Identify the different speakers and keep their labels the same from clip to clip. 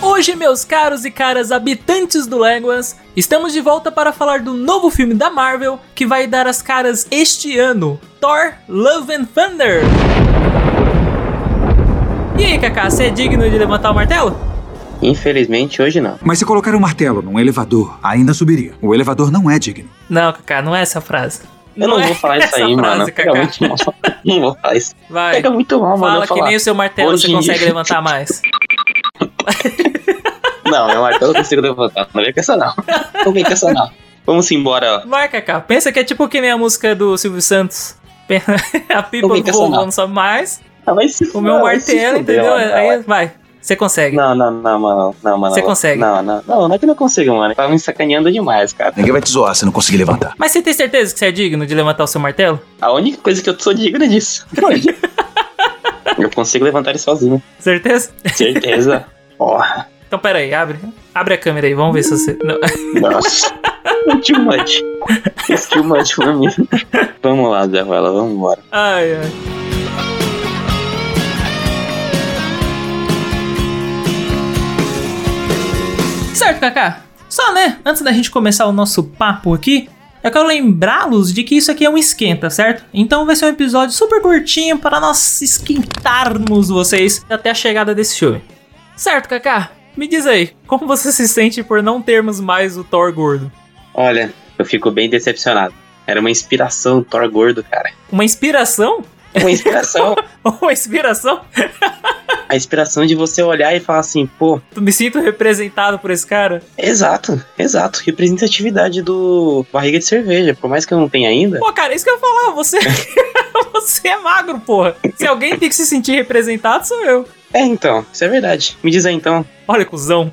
Speaker 1: Hoje, meus caros e caras habitantes do Léguas, estamos de volta para falar do novo filme da Marvel que vai dar as caras este ano: Thor Love and Thunder. E aí, Kaká, você é digno de levantar o martelo?
Speaker 2: Infelizmente, hoje não.
Speaker 3: Mas se colocar um martelo num elevador, ainda subiria. O elevador não é digno.
Speaker 1: Não, Kaká, não é essa frase. é
Speaker 2: Eu não, vou falar isso aí, mano. Fica muito mal. Não vou falar isso.
Speaker 1: Vai.
Speaker 2: Pega muito mal, mano.
Speaker 1: Fala
Speaker 2: eu
Speaker 1: que
Speaker 2: falar.
Speaker 1: nem o seu martelo
Speaker 2: Hoje
Speaker 1: você
Speaker 2: em
Speaker 1: consegue
Speaker 2: dia.
Speaker 1: levantar mais.
Speaker 2: Não, meu martelo eu consigo levantar. Não vem com essa não. Não vem com essa não. Vamos embora.
Speaker 1: Vai, Kaká. Pensa que é tipo que nem a música do Silvio Santos. A pipa
Speaker 2: Não vem com essa,
Speaker 1: voando
Speaker 2: não.
Speaker 1: só mais.
Speaker 2: Ah, vai se
Speaker 1: O meu
Speaker 2: fuder, vai se
Speaker 1: martelo,
Speaker 2: fuder,
Speaker 1: entendeu?
Speaker 2: mano.
Speaker 1: Aí vai. Você consegue.
Speaker 2: Não, não, não, mano. Não, mano.
Speaker 1: Você consegue.
Speaker 2: Não, não. Não, não é que eu não consigo, mano. Tá me sacaneando demais, cara.
Speaker 3: Ninguém vai te zoar se não conseguir levantar.
Speaker 1: Mas você tem certeza que você é digno de levantar o seu martelo?
Speaker 2: A única coisa que eu sou digna é disso. eu consigo levantar ele sozinho.
Speaker 1: Certeza?
Speaker 2: Certeza. Porra.
Speaker 1: Então pera aí, abre. Abre a câmera aí, vamos ver se você. Não.
Speaker 2: Nossa, too much. It's too much pra mim. Vamos lá, Zé Ruela, vamos embora.
Speaker 1: Ai, ai. Certo, Kaká. Só, né? Antes da gente começar o nosso papo aqui, eu quero lembrá-los de que isso aqui é um esquenta, certo? Então vai ser um episódio super curtinho para nós esquentarmos vocês até a chegada desse filme. Certo, Kaká? Me diz aí, como você se sente por não termos mais o Thor gordo?
Speaker 2: Olha, eu fico bem decepcionado. Era uma inspiração, Thor gordo, cara.
Speaker 1: Uma inspiração?
Speaker 2: Uma inspiração.
Speaker 1: Uma inspiração?
Speaker 2: A inspiração de você olhar e falar assim, pô,
Speaker 1: Tu me sinto representado por esse cara?
Speaker 2: exato, exato. Representatividade do barriga de cerveja. Por mais que eu não tenha ainda,
Speaker 1: Pô, cara, isso que eu ia falar, você, você é magro, porra. Se alguém tem que se sentir representado, sou eu.
Speaker 2: É, então, isso é verdade. Me diz aí então.
Speaker 1: Olha, cuzão.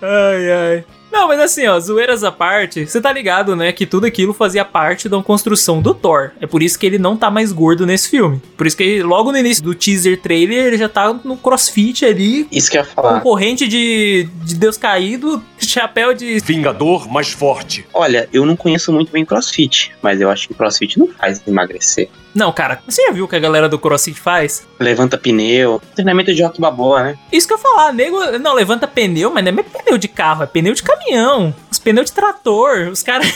Speaker 1: ai, ai. Não, mas assim, ó, zoeiras à parte, você tá ligado, né, que tudo aquilo fazia parte da construção do Thor. É por isso que ele não tá mais gordo nesse filme. Por isso que ele, logo no início do teaser trailer, ele já tá no crossfit ali,
Speaker 2: Isso que eu ia falar.
Speaker 1: concorrente de, de Deus Caído, chapéu de
Speaker 4: Vingador mais forte.
Speaker 2: Olha, eu não conheço muito bem crossfit, mas eu acho que crossfit não faz emagrecer.
Speaker 1: Não, cara, você já viu o que a galera do CrossFit faz? Levanta
Speaker 2: pneu. Treinamento de rock baboa, né?
Speaker 1: Isso que eu ia falar, nego, não, levanta pneu, mas não é pneu de carro, é pneu de caminhão, os pneus de trator, os caras...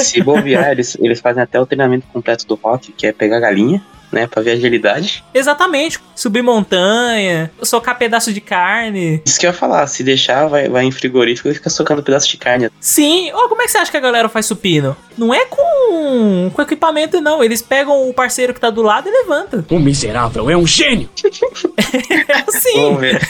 Speaker 2: Se bobear, eles, eles fazem até o treinamento completo do rock, que é pegar galinha, né? Pra ver a agilidade.
Speaker 1: Exatamente, subir montanha, socar pedaço de carne.
Speaker 2: Isso que eu ia falar, se deixar, vai, vai em frigorífico e fica socando pedaço de carne.
Speaker 1: Sim, ó, como é que você acha que a galera faz supino? Não é com, com equipamento, não, eles pegam o parceiro que tá do lado e levanta.
Speaker 4: O miserável é um gênio.
Speaker 1: É assim,
Speaker 2: Vamos ver.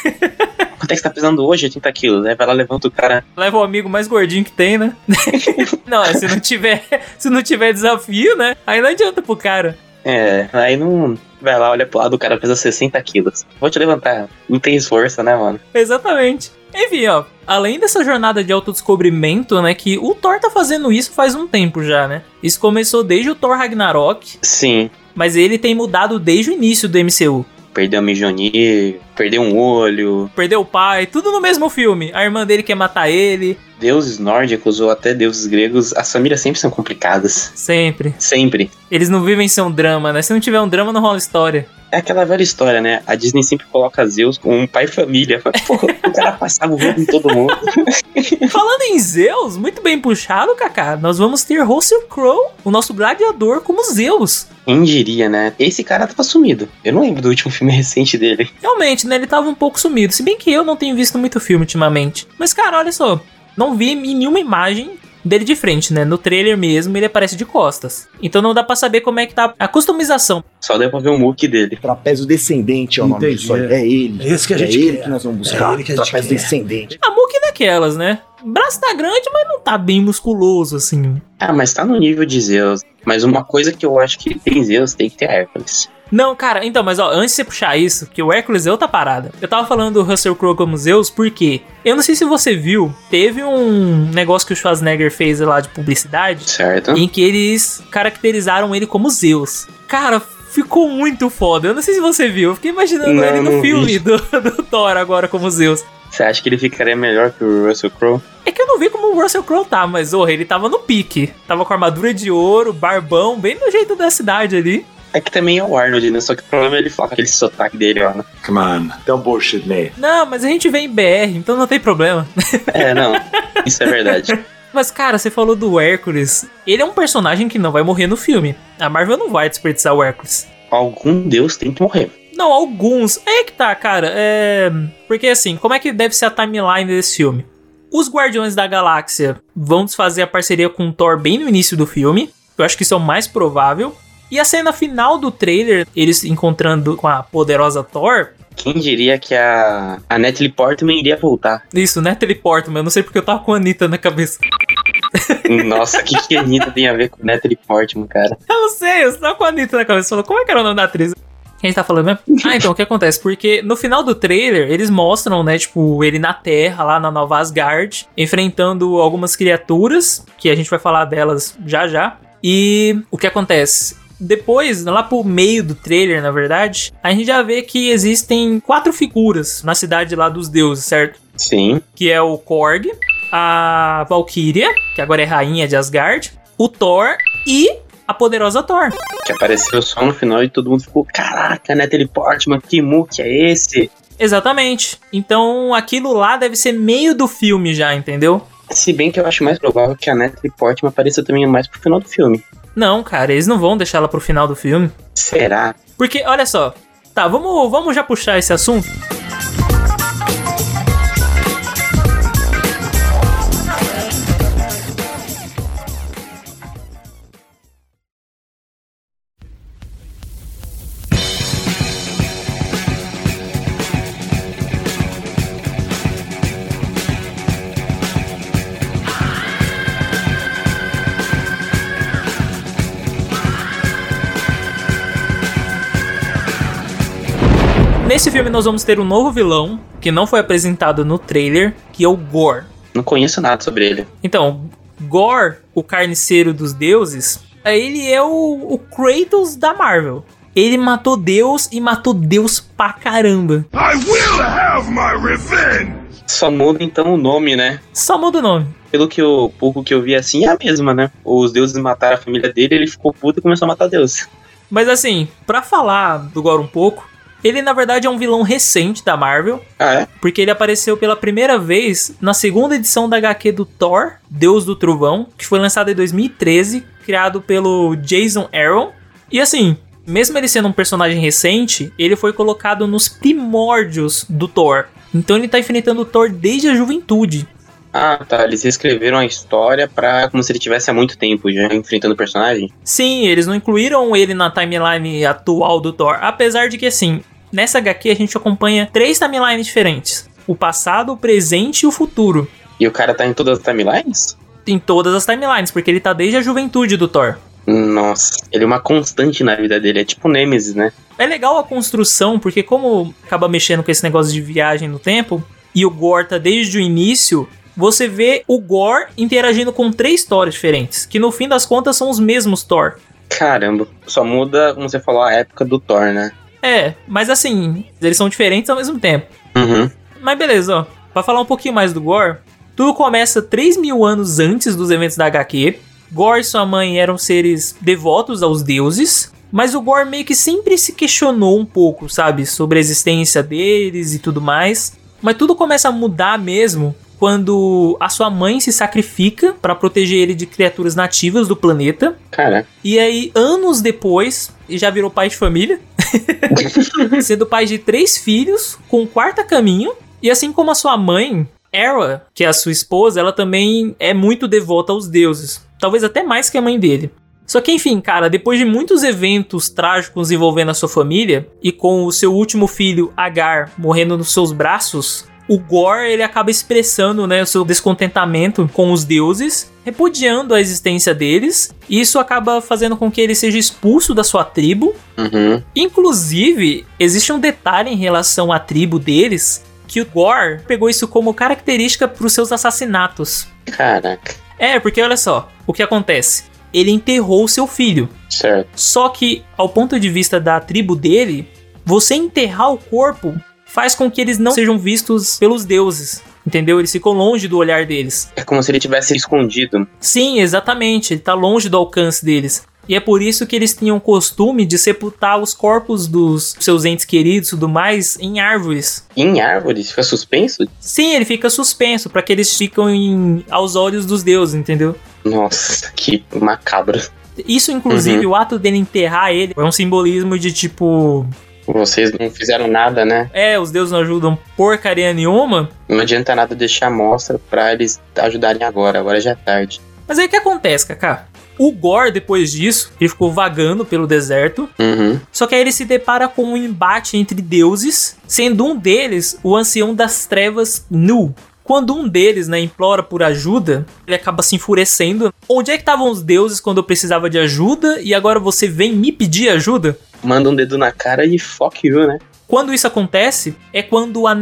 Speaker 2: Quanto é que você tá pesando hoje? 80 quilos. Aí vai lá, levanta o cara.
Speaker 1: leva o amigo mais gordinho que tem, né? não, se não tiver, se não tiver desafio, né, aí não adianta pro cara.
Speaker 2: É, aí não. Vai lá, olha pro lado, o cara pesa 60 quilos. Vou te levantar. Não tem esforço, né, mano?
Speaker 1: Exatamente. Enfim, ó, além dessa jornada de autodescobrimento, né, que o Thor tá fazendo isso faz um tempo já, né? Isso começou desde o Thor Ragnarok,
Speaker 2: Sim.
Speaker 1: mas ele tem mudado desde o início do MCU.
Speaker 2: Perdeu a Mijonir, perdeu um olho.
Speaker 1: Perdeu o pai, tudo no mesmo filme. A irmã dele quer matar ele,
Speaker 2: Deuses nórdicos ou até deuses gregos, as famílias sempre são complicadas.
Speaker 1: sempre.
Speaker 2: Sempre.
Speaker 1: Eles não vivem sem um drama, né? Se não tiver um drama, não rola história.
Speaker 2: É aquela velha história, né? A Disney sempre coloca Zeus como um pai família. Porra, o cara passava o rodo em todo mundo.
Speaker 1: Falando em Zeus, muito bem puxado, Kaká. Nós vamos ter Russell Crowe, o nosso gladiador, como Zeus.
Speaker 2: Quem diria, né? Esse cara tava sumido. Eu não lembro do último filme recente dele.
Speaker 1: Realmente, né? Ele tava um pouco sumido. Se bem que eu não tenho visto muito filme ultimamente. Mas, cara, olha só. Não vi nenhuma imagem dele de frente, né? No trailer mesmo, ele aparece de costas. Então não dá pra saber como é que tá a customização.
Speaker 2: Só deu pra ver o muque dele.
Speaker 5: Trapézio descendente é o nome
Speaker 6: Entendi.
Speaker 5: disso aí. É ele.
Speaker 6: É esse que a
Speaker 5: é
Speaker 6: gente
Speaker 5: ele
Speaker 6: quer.
Speaker 5: que nós vamos
Speaker 6: É
Speaker 5: buscar.
Speaker 6: ele que a gente
Speaker 5: Trapézio
Speaker 6: quer.
Speaker 5: descendente.
Speaker 1: A Mookie daquelas, né? O braço tá grande, mas não tá bem musculoso, assim.
Speaker 2: Ah, mas tá no nível de Zeus. Mas uma coisa que eu acho que tem Zeus tem que ter Hércules.
Speaker 1: Não, cara, então, mas ó, antes de você puxar isso, que o Hércules é outra parada. Eu tava falando do Russell Crowe como Zeus, por quê? Eu não sei se você viu, teve um negócio que o Schwarzenegger fez lá de publicidade.
Speaker 2: Certo?
Speaker 1: em que eles caracterizaram ele como Zeus. Cara, ficou muito foda. Eu não sei se você viu, eu fiquei imaginando
Speaker 2: Não,
Speaker 1: ele no
Speaker 2: não
Speaker 1: filme
Speaker 2: vi.
Speaker 1: do, do Thor agora como Zeus.
Speaker 2: Você acha que ele ficaria melhor que o Russell Crowe?
Speaker 1: É que eu não vi como o Russell Crowe tá, mas orra, ele tava no pique. Tava com armadura de ouro, barbão, bem do jeito da cidade ali.
Speaker 2: É que também é o Arnold, né? Só que o problema é ele falar com aquele sotaque dele, ó. né?
Speaker 6: Come on, don't bullshit me.
Speaker 1: Não, mas a gente vem em BR, então não tem problema.
Speaker 2: É, não. Isso é verdade.
Speaker 1: Mas, cara, você falou do Hércules. Ele é um personagem que não vai morrer no filme. A Marvel não vai desperdiçar o Hércules.
Speaker 2: Algum deus tem que morrer.
Speaker 1: Não, alguns. É que tá, cara. É. Porque assim, como é que deve ser a timeline desse filme? Os Guardiões da Galáxia vão desfazer a parceria com o Thor bem no início do filme. Eu acho que isso é o mais provável. E a cena final do trailer, eles se encontrando com a poderosa Thor.
Speaker 2: Quem diria que a, a Natalie Portman iria voltar?
Speaker 1: Isso, né? Teleporta, mas eu não sei porque eu tava com a Anitta na cabeça.
Speaker 2: Nossa, o que, que a Anitta tem a ver com Natalie Portman, cara?
Speaker 1: Eu não sei, eu tava com a Anitta na cabeça. Falou, como é que era o nome da atriz? Quem a gente tá falando mesmo? Ah, então, o que acontece? Porque no final do trailer, eles mostram, né, tipo, ele na Terra, lá na Nova Asgard, enfrentando algumas criaturas, que a gente vai falar delas já já. E o que acontece? Depois, lá pro meio do trailer, na verdade, a gente já vê que existem quatro figuras na cidade lá dos deuses, certo?
Speaker 2: Sim.
Speaker 1: que é o Korg, a Valkyria, que agora é rainha de Asgard, o Thor e a poderosa Thor.
Speaker 2: Que apareceu só no final e todo mundo ficou: Caraca, Natalie Portman, que muque é esse?
Speaker 1: Exatamente. Então aquilo lá deve ser meio do filme já, entendeu?
Speaker 2: Se bem que eu acho mais provável que a Natalie Portman apareça também mais pro final do filme.
Speaker 1: Não, cara, eles não vão deixar ela pro final do filme.
Speaker 2: Será?
Speaker 1: Porque, olha só. Tá, vamos, vamos já puxar esse assunto? Nesse filme nós vamos ter um novo vilão, que não foi apresentado no trailer, que é o Gore.
Speaker 2: Não conheço nada sobre ele.
Speaker 1: Então, Gore, o carniceiro dos deuses, ele é o, o Kratos da Marvel. Ele matou Deus e matou Deus pra caramba.
Speaker 2: Só muda então o nome, né?
Speaker 1: Só muda o nome.
Speaker 2: Pelo que eu, pouco que eu vi assim, é a mesma, né? Os deuses mataram a família dele, ele ficou puto e começou a matar deuses.
Speaker 1: Mas assim, pra falar do Gore um pouco, ele na verdade é um vilão recente da Marvel,
Speaker 2: Ah, é?
Speaker 1: porque ele apareceu pela primeira vez na segunda edição da HQ do Thor, Deus do Trovão, que foi lançado em 2013, criado pelo Jason Aaron. E assim, mesmo ele sendo um personagem recente, ele foi colocado nos primórdios do Thor. Então ele tá enfrentando o Thor desde a juventude.
Speaker 2: Ah, tá. Eles reescreveram a história pra como se ele tivesse há muito tempo já enfrentando o personagem.
Speaker 1: Sim, eles não incluíram ele na timeline atual do Thor, apesar de que assim, nessa HQ a gente acompanha três timelines diferentes: o passado, o presente e o futuro.
Speaker 2: E o cara tá em todas as timelines?
Speaker 1: Em todas as timelines, porque ele tá desde a juventude do Thor.
Speaker 2: Nossa, ele é uma constante na vida dele. É tipo o Nemesis, né?
Speaker 1: É legal a construção, porque como acaba mexendo com esse negócio de viagem no tempo, e o Gore tá desde o início, você vê o Gore interagindo com três Thors diferentes, que no fim das contas são os mesmos Thor.
Speaker 2: Caramba. Só muda, como você falou, a época do Thor, né?
Speaker 1: É, mas assim, eles são diferentes ao mesmo tempo.
Speaker 2: Uhum.
Speaker 1: Mas beleza, ó. Pra falar um pouquinho mais do Gore, tudo começa 3 mil anos antes dos eventos da HQ. Gore e sua mãe eram seres devotos aos deuses, mas o Gore meio que sempre se questionou um pouco, sabe, sobre a existência deles e tudo mais. Mas tudo começa a mudar mesmo quando a sua mãe se sacrifica para proteger ele de criaturas nativas do planeta.
Speaker 2: Cara,
Speaker 1: E aí, anos depois, ele já virou pai de família. sendo pai de três filhos, com um quarto a caminho. E assim como a sua mãe, Era, que é a sua esposa, ela também é muito devota aos deuses. Talvez até mais que a mãe dele. Só que enfim, cara, depois de muitos eventos trágicos envolvendo a sua família, e com o seu último filho, Agar, morrendo nos seus braços, o Gore ele acaba expressando né, o seu descontentamento com os deuses, repudiando a existência deles, e isso acaba fazendo com que ele seja expulso da sua tribo,
Speaker 2: uhum.
Speaker 1: Inclusive, existe um detalhe em relação à tribo deles que o Gore pegou isso como característica para os seus assassinatos.
Speaker 2: caraca,
Speaker 1: É, porque olha só, o que acontece? Ele enterrou seu filho.
Speaker 2: certo.
Speaker 1: Só que, ao ponto de vista da tribo dele, você enterrar o corpo faz com que eles não sejam vistos pelos deuses. Entendeu? Eles ficam longe do olhar deles.
Speaker 2: É como se ele tivesse escondido.
Speaker 1: Sim, exatamente. Ele tá longe do alcance deles. E é por isso que eles tinham costume de sepultar os corpos dos seus entes queridos e tudo mais em árvores.
Speaker 2: Em árvores? Fica suspenso?
Speaker 1: Sim, ele fica suspenso, pra que eles ficam em- aos olhos dos deuses, entendeu?
Speaker 2: Nossa, que macabro.
Speaker 1: Isso, inclusive, o ato dele enterrar ele é um simbolismo de tipo.
Speaker 2: Vocês não fizeram nada, né?
Speaker 1: É, os deuses não ajudam porcaria nenhuma.
Speaker 2: Não adianta nada deixar a mostra pra eles ajudarem agora. Agora já é tarde.
Speaker 1: Mas aí o que acontece, Kaká? O Gore, depois disso, ele ficou vagando pelo deserto.
Speaker 2: Uhum.
Speaker 1: Só que aí ele se depara com um embate entre deuses, sendo um deles o ancião das trevas Nu. Quando um deles né, implora por ajuda, ele acaba se enfurecendo. Onde é que estavam os deuses quando eu precisava de ajuda e agora você vem me pedir ajuda?
Speaker 2: Manda um dedo na cara e fuck you, né?
Speaker 1: Quando isso acontece, é quando a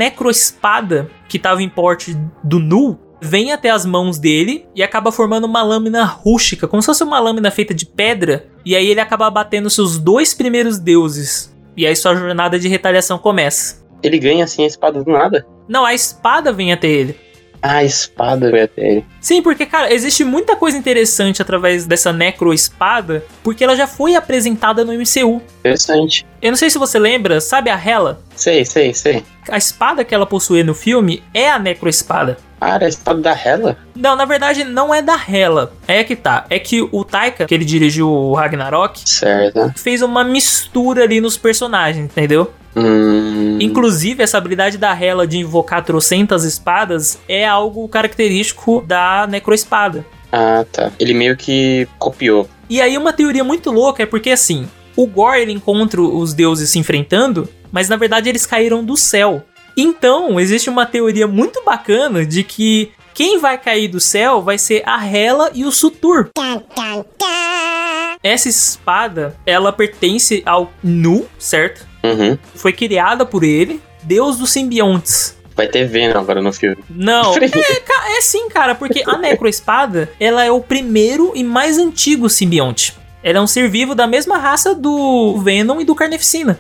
Speaker 1: necroespada, que estava em porte do Nu, vem até as mãos dele e acaba formando uma lâmina rústica, como se fosse uma lâmina feita de pedra, e aí ele acaba batendo seus dois primeiros deuses. E aí sua jornada de retaliação começa.
Speaker 2: Ele ganha assim a espada do nada?
Speaker 1: Não, a espada vem até ele.
Speaker 2: Ah, a espada veio até ele.
Speaker 1: Sim, porque, cara, existe muita coisa interessante através dessa necroespada, porque ela já foi apresentada no MCU.
Speaker 2: Interessante.
Speaker 1: Eu não sei se você lembra, sabe a Hela?
Speaker 2: Sei, sei, sei.
Speaker 1: A espada que ela possuía no filme é a necroespada.
Speaker 2: Ah, era a espada da Hela?
Speaker 1: Não, na verdade não é da Hela. É que tá. É que o Taika, que ele dirigiu o Ragnarok,
Speaker 2: Certo.
Speaker 1: fez uma mistura ali nos personagens, entendeu?
Speaker 2: Hum.
Speaker 1: Inclusive, essa habilidade da Hela de invocar trocentas espadas é algo característico da Necroespada.
Speaker 2: Ah, tá. Ele meio que copiou.
Speaker 1: E aí uma teoria muito louca é porque assim, o Gore ele encontra os deuses se enfrentando, mas na verdade eles caíram do céu. Então, existe uma teoria muito bacana de que quem vai cair do céu vai ser a Hela e o Sutur. Essa espada, ela pertence ao Nu, certo?
Speaker 2: Uhum.
Speaker 1: Foi criada por ele, deus dos simbiontes.
Speaker 2: Vai ter Venom agora no filme.
Speaker 1: Não, é, ca- é sim, cara, porque a Necroespada, ela é o primeiro e mais antigo simbionte. Ela é um ser vivo da mesma raça do Venom e do Carnificina.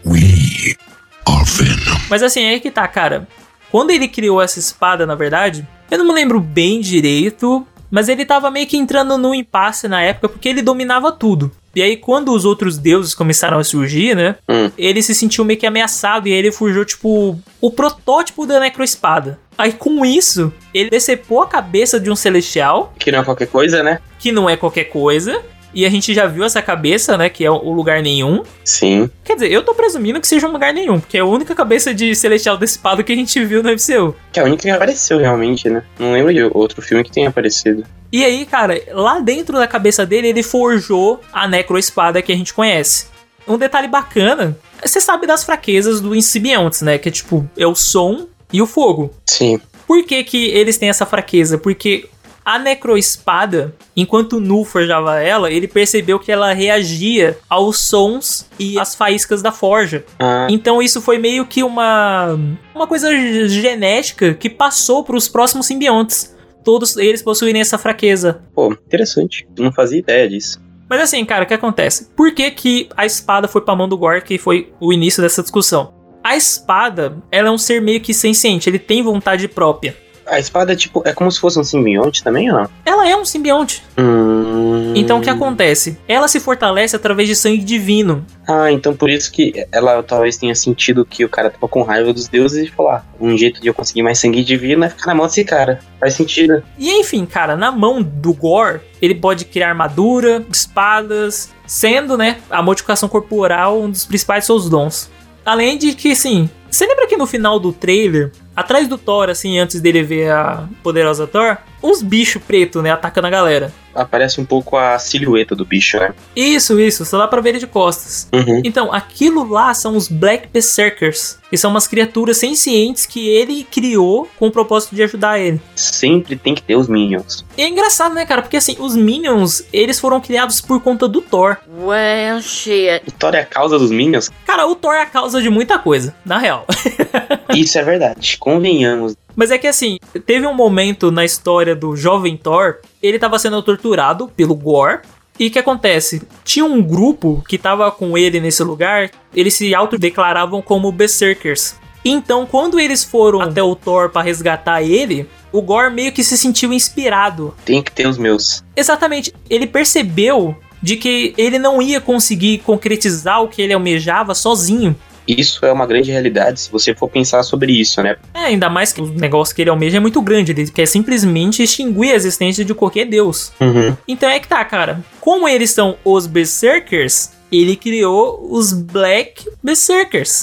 Speaker 1: Mas assim, é que tá, cara. Quando ele criou essa espada, na verdade, eu não me lembro bem direito, mas ele tava meio que entrando num impasse na época porque ele dominava tudo. E aí, quando os outros deuses começaram a surgir, né?
Speaker 2: Hum.
Speaker 1: Ele se sentiu meio que ameaçado e aí ele fugiu, tipo, o protótipo da Necroespada. Aí, com isso, ele decepou a cabeça de um celestial,
Speaker 2: Que não é qualquer coisa, né?
Speaker 1: que não é qualquer coisa. E a gente já viu essa cabeça, né? Que é o lugar nenhum.
Speaker 2: Sim.
Speaker 1: Quer dizer, eu tô presumindo que seja um lugar nenhum, porque é a única cabeça de celestial decepado que a gente viu no MCU.
Speaker 2: Que é a única que apareceu realmente, né? Não lembro de outro filme que tenha aparecido.
Speaker 1: E aí, cara, lá dentro da cabeça dele, ele forjou a necroespada que a gente conhece. Um detalhe bacana, você sabe das fraquezas do Incibiontes, né? Que é tipo, é o som e o fogo.
Speaker 2: Sim.
Speaker 1: Por que, que eles têm essa fraqueza? Porque a necroespada, enquanto o Nu forjava ela, ele percebeu que ela reagia aos sons e às faíscas da forja.
Speaker 2: Ah,
Speaker 1: Então isso foi meio que uma uma coisa g- genética que passou para os próximos simbiontes. Todos eles possuírem essa fraqueza.
Speaker 2: pô, interessante. Não fazia ideia disso.
Speaker 1: Mas assim, cara, o que acontece? Por que, que a espada foi pra mão do Gore, que foi o início dessa discussão? A espada, ela é um ser meio que senciente, ele tem vontade própria.
Speaker 2: A espada, tipo, é como se fosse um simbionte também, ó.
Speaker 1: Ela é um simbionte.
Speaker 2: Hum...
Speaker 1: Então o que acontece? Ela se fortalece através de sangue divino.
Speaker 2: Ah, então por isso que ela talvez tenha sentido que o cara tava com raiva dos deuses e falou: ah, um jeito de eu conseguir mais sangue divino é ficar na mão desse cara. Faz sentido.
Speaker 1: E enfim, cara, na mão do Gore, ele pode criar armadura, espadas, sendo, né, a modificação corporal um dos principais seus dons. Além de que, assim, você lembra que no final do trailer, atrás do Thor, assim, antes dele ver a poderosa Thor, uns bichos pretos, né, atacando a galera.
Speaker 2: Aparece um pouco a silhueta do bicho, né?
Speaker 1: Isso, isso, só dá pra ver ele de costas.
Speaker 2: Uhum.
Speaker 1: Então, aquilo lá são os Black Berserkers, que são umas criaturas sencientes que ele criou com o propósito de ajudar ele.
Speaker 2: Sempre tem que ter os minions.
Speaker 1: E é engraçado, né, cara? Porque assim, os Minions, eles foram criados por conta do Thor.
Speaker 7: Well, shit.
Speaker 2: O Thor é a causa dos minions?
Speaker 1: Cara, o Thor é a causa de muita coisa, na real.
Speaker 2: Isso é verdade. Convenhamos.
Speaker 1: Mas é que assim, teve um momento na história do jovem Thor, ele tava sendo torturado pelo Gore. E o que acontece? Tinha um grupo que tava com ele nesse lugar, eles se autodeclaravam como Berserkers. Então, quando eles foram até o Thor pra resgatar ele, o Gore meio que se sentiu inspirado
Speaker 2: Tem que ter os meus.
Speaker 1: Exatamente. Ele percebeu de que ele não ia conseguir concretizar o que ele almejava sozinho.
Speaker 2: Isso é uma grande realidade se você for pensar sobre isso, né?
Speaker 1: É, ainda mais que o negócio que ele almeja é muito grande, ele quer simplesmente extinguir a existência de qualquer deus.
Speaker 2: Uhum.
Speaker 1: Então é que tá, cara. Como eles são os Berserkers, ele criou os Black Berserkers.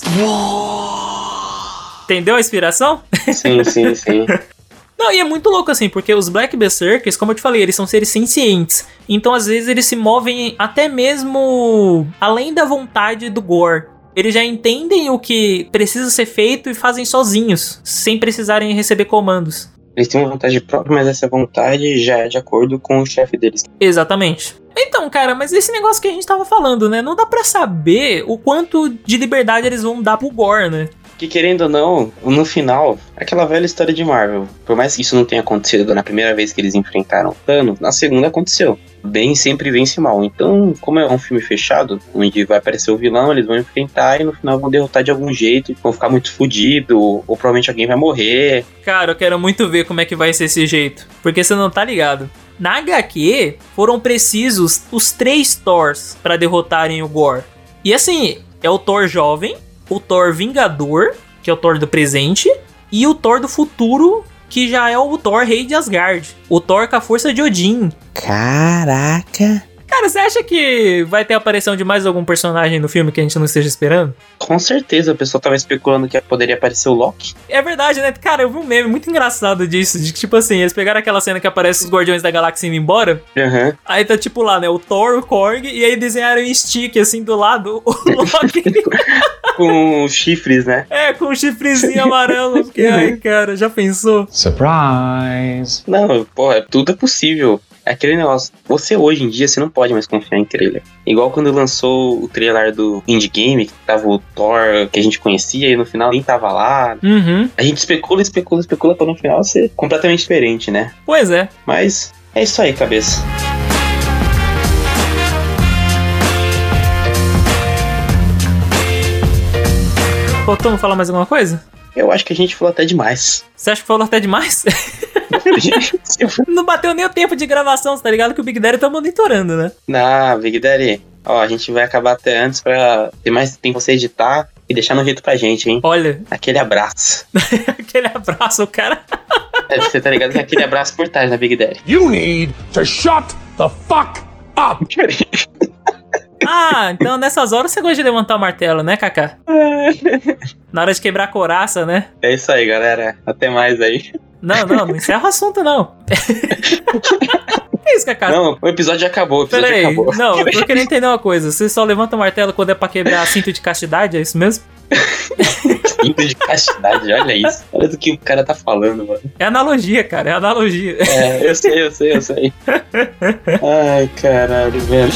Speaker 1: Entendeu a inspiração?
Speaker 2: Sim, sim, sim.
Speaker 1: Não, e é muito louco assim, porque os Black Berserkers, como eu te falei, eles são seres sencientes. Então, às vezes, eles se movem até mesmo além da vontade do Gore. Eles já entendem o que precisa ser feito e fazem sozinhos, sem precisarem receber comandos.
Speaker 2: Eles têm uma vontade própria, mas essa vontade já é de acordo com o chefe deles.
Speaker 1: Exatamente. Então, cara, mas esse negócio que a gente tava falando, né? Não dá pra saber o quanto de liberdade eles vão dar pro Gore, né?
Speaker 2: Que querendo ou não, no final, aquela velha história de Marvel. Por mais que isso não tenha acontecido na primeira vez que eles enfrentaram Thanos, na segunda aconteceu. Bem sempre vence mal. Então, como é um filme fechado, onde vai aparecer o vilão, eles vão enfrentar e no final vão derrotar de algum jeito, vão ficar muito fodido, ou provavelmente alguém vai morrer.
Speaker 1: Cara, eu quero muito ver como é que vai ser esse jeito. Porque você não tá ligado. Na HQ, foram precisos os três Thors pra derrotarem o Gore. E assim, é o Thor jovem, o Thor Vingador, que é o Thor do presente, e o Thor do futuro, que já é o Thor Rei de Asgard. O Thor com a força de Odin.
Speaker 8: Caraca.
Speaker 1: Cara, você acha que vai ter a aparição de mais algum personagem no filme que a gente não esteja esperando?
Speaker 2: Com certeza, o pessoal tava especulando que poderia aparecer o Loki.
Speaker 1: É verdade, né? Cara, eu vi um meme muito engraçado disso. De que, tipo assim, eles pegaram aquela cena que aparece os Guardiões da Galáxia indo embora.
Speaker 2: Aham.
Speaker 1: Aí tá tipo lá, né? O Thor, o Korg, e aí desenharam em stick, assim, do lado, o Loki.
Speaker 2: Com os chifres, né?
Speaker 1: é, com um chifrezinho amarelo. Porque, ai, cara, já pensou?
Speaker 9: Surprise!
Speaker 2: Não, porra, tudo é possível. É aquele negócio. Você hoje em dia, você não pode mais confiar em trailer. Igual quando lançou o trailer do Indie Game, que tava o Thor que a gente conhecia e no final nem tava lá.
Speaker 1: Uhum.
Speaker 2: A gente especula, especula, especula pra no final ser completamente diferente, né?
Speaker 1: Pois é.
Speaker 2: Mas é isso aí, cabeça.
Speaker 1: Faltou falar mais alguma coisa?
Speaker 2: Eu acho que a gente falou até demais.
Speaker 1: Você acha que falou até demais? não bateu nem o tempo de gravação, você tá ligado? Que o Big Daddy tá monitorando, né?
Speaker 2: Na Big Daddy, ó, a gente vai acabar até antes pra ter mais tempo pra você editar e deixar no jeito pra gente, hein?
Speaker 1: Olha,
Speaker 2: Aquele abraço.
Speaker 1: aquele abraço, o cara.
Speaker 2: É, você tá ligado que é aquele abraço por trás na Big Daddy.
Speaker 4: You need to shut the fuck up!
Speaker 1: Ah, então nessas horas você gosta de levantar o martelo, né, Kaká? Na hora de quebrar a coraça, né?
Speaker 2: É isso aí, galera. Até mais aí.
Speaker 1: Não, não, não encerra o assunto, não. que isso, Kaká?
Speaker 2: Não, o episódio já acabou, o episódio
Speaker 1: Peraí,
Speaker 2: acabou.
Speaker 1: não, eu tô querendo entender uma coisa. Você só levanta o martelo quando é pra quebrar cinto de castidade, é isso mesmo?
Speaker 2: Quinto um de castidade, olha isso. Olha do que o cara tá falando, mano.
Speaker 1: É analogia, cara, é analogia.
Speaker 2: É, eu sei, eu sei, eu sei. Ai, caralho, velho.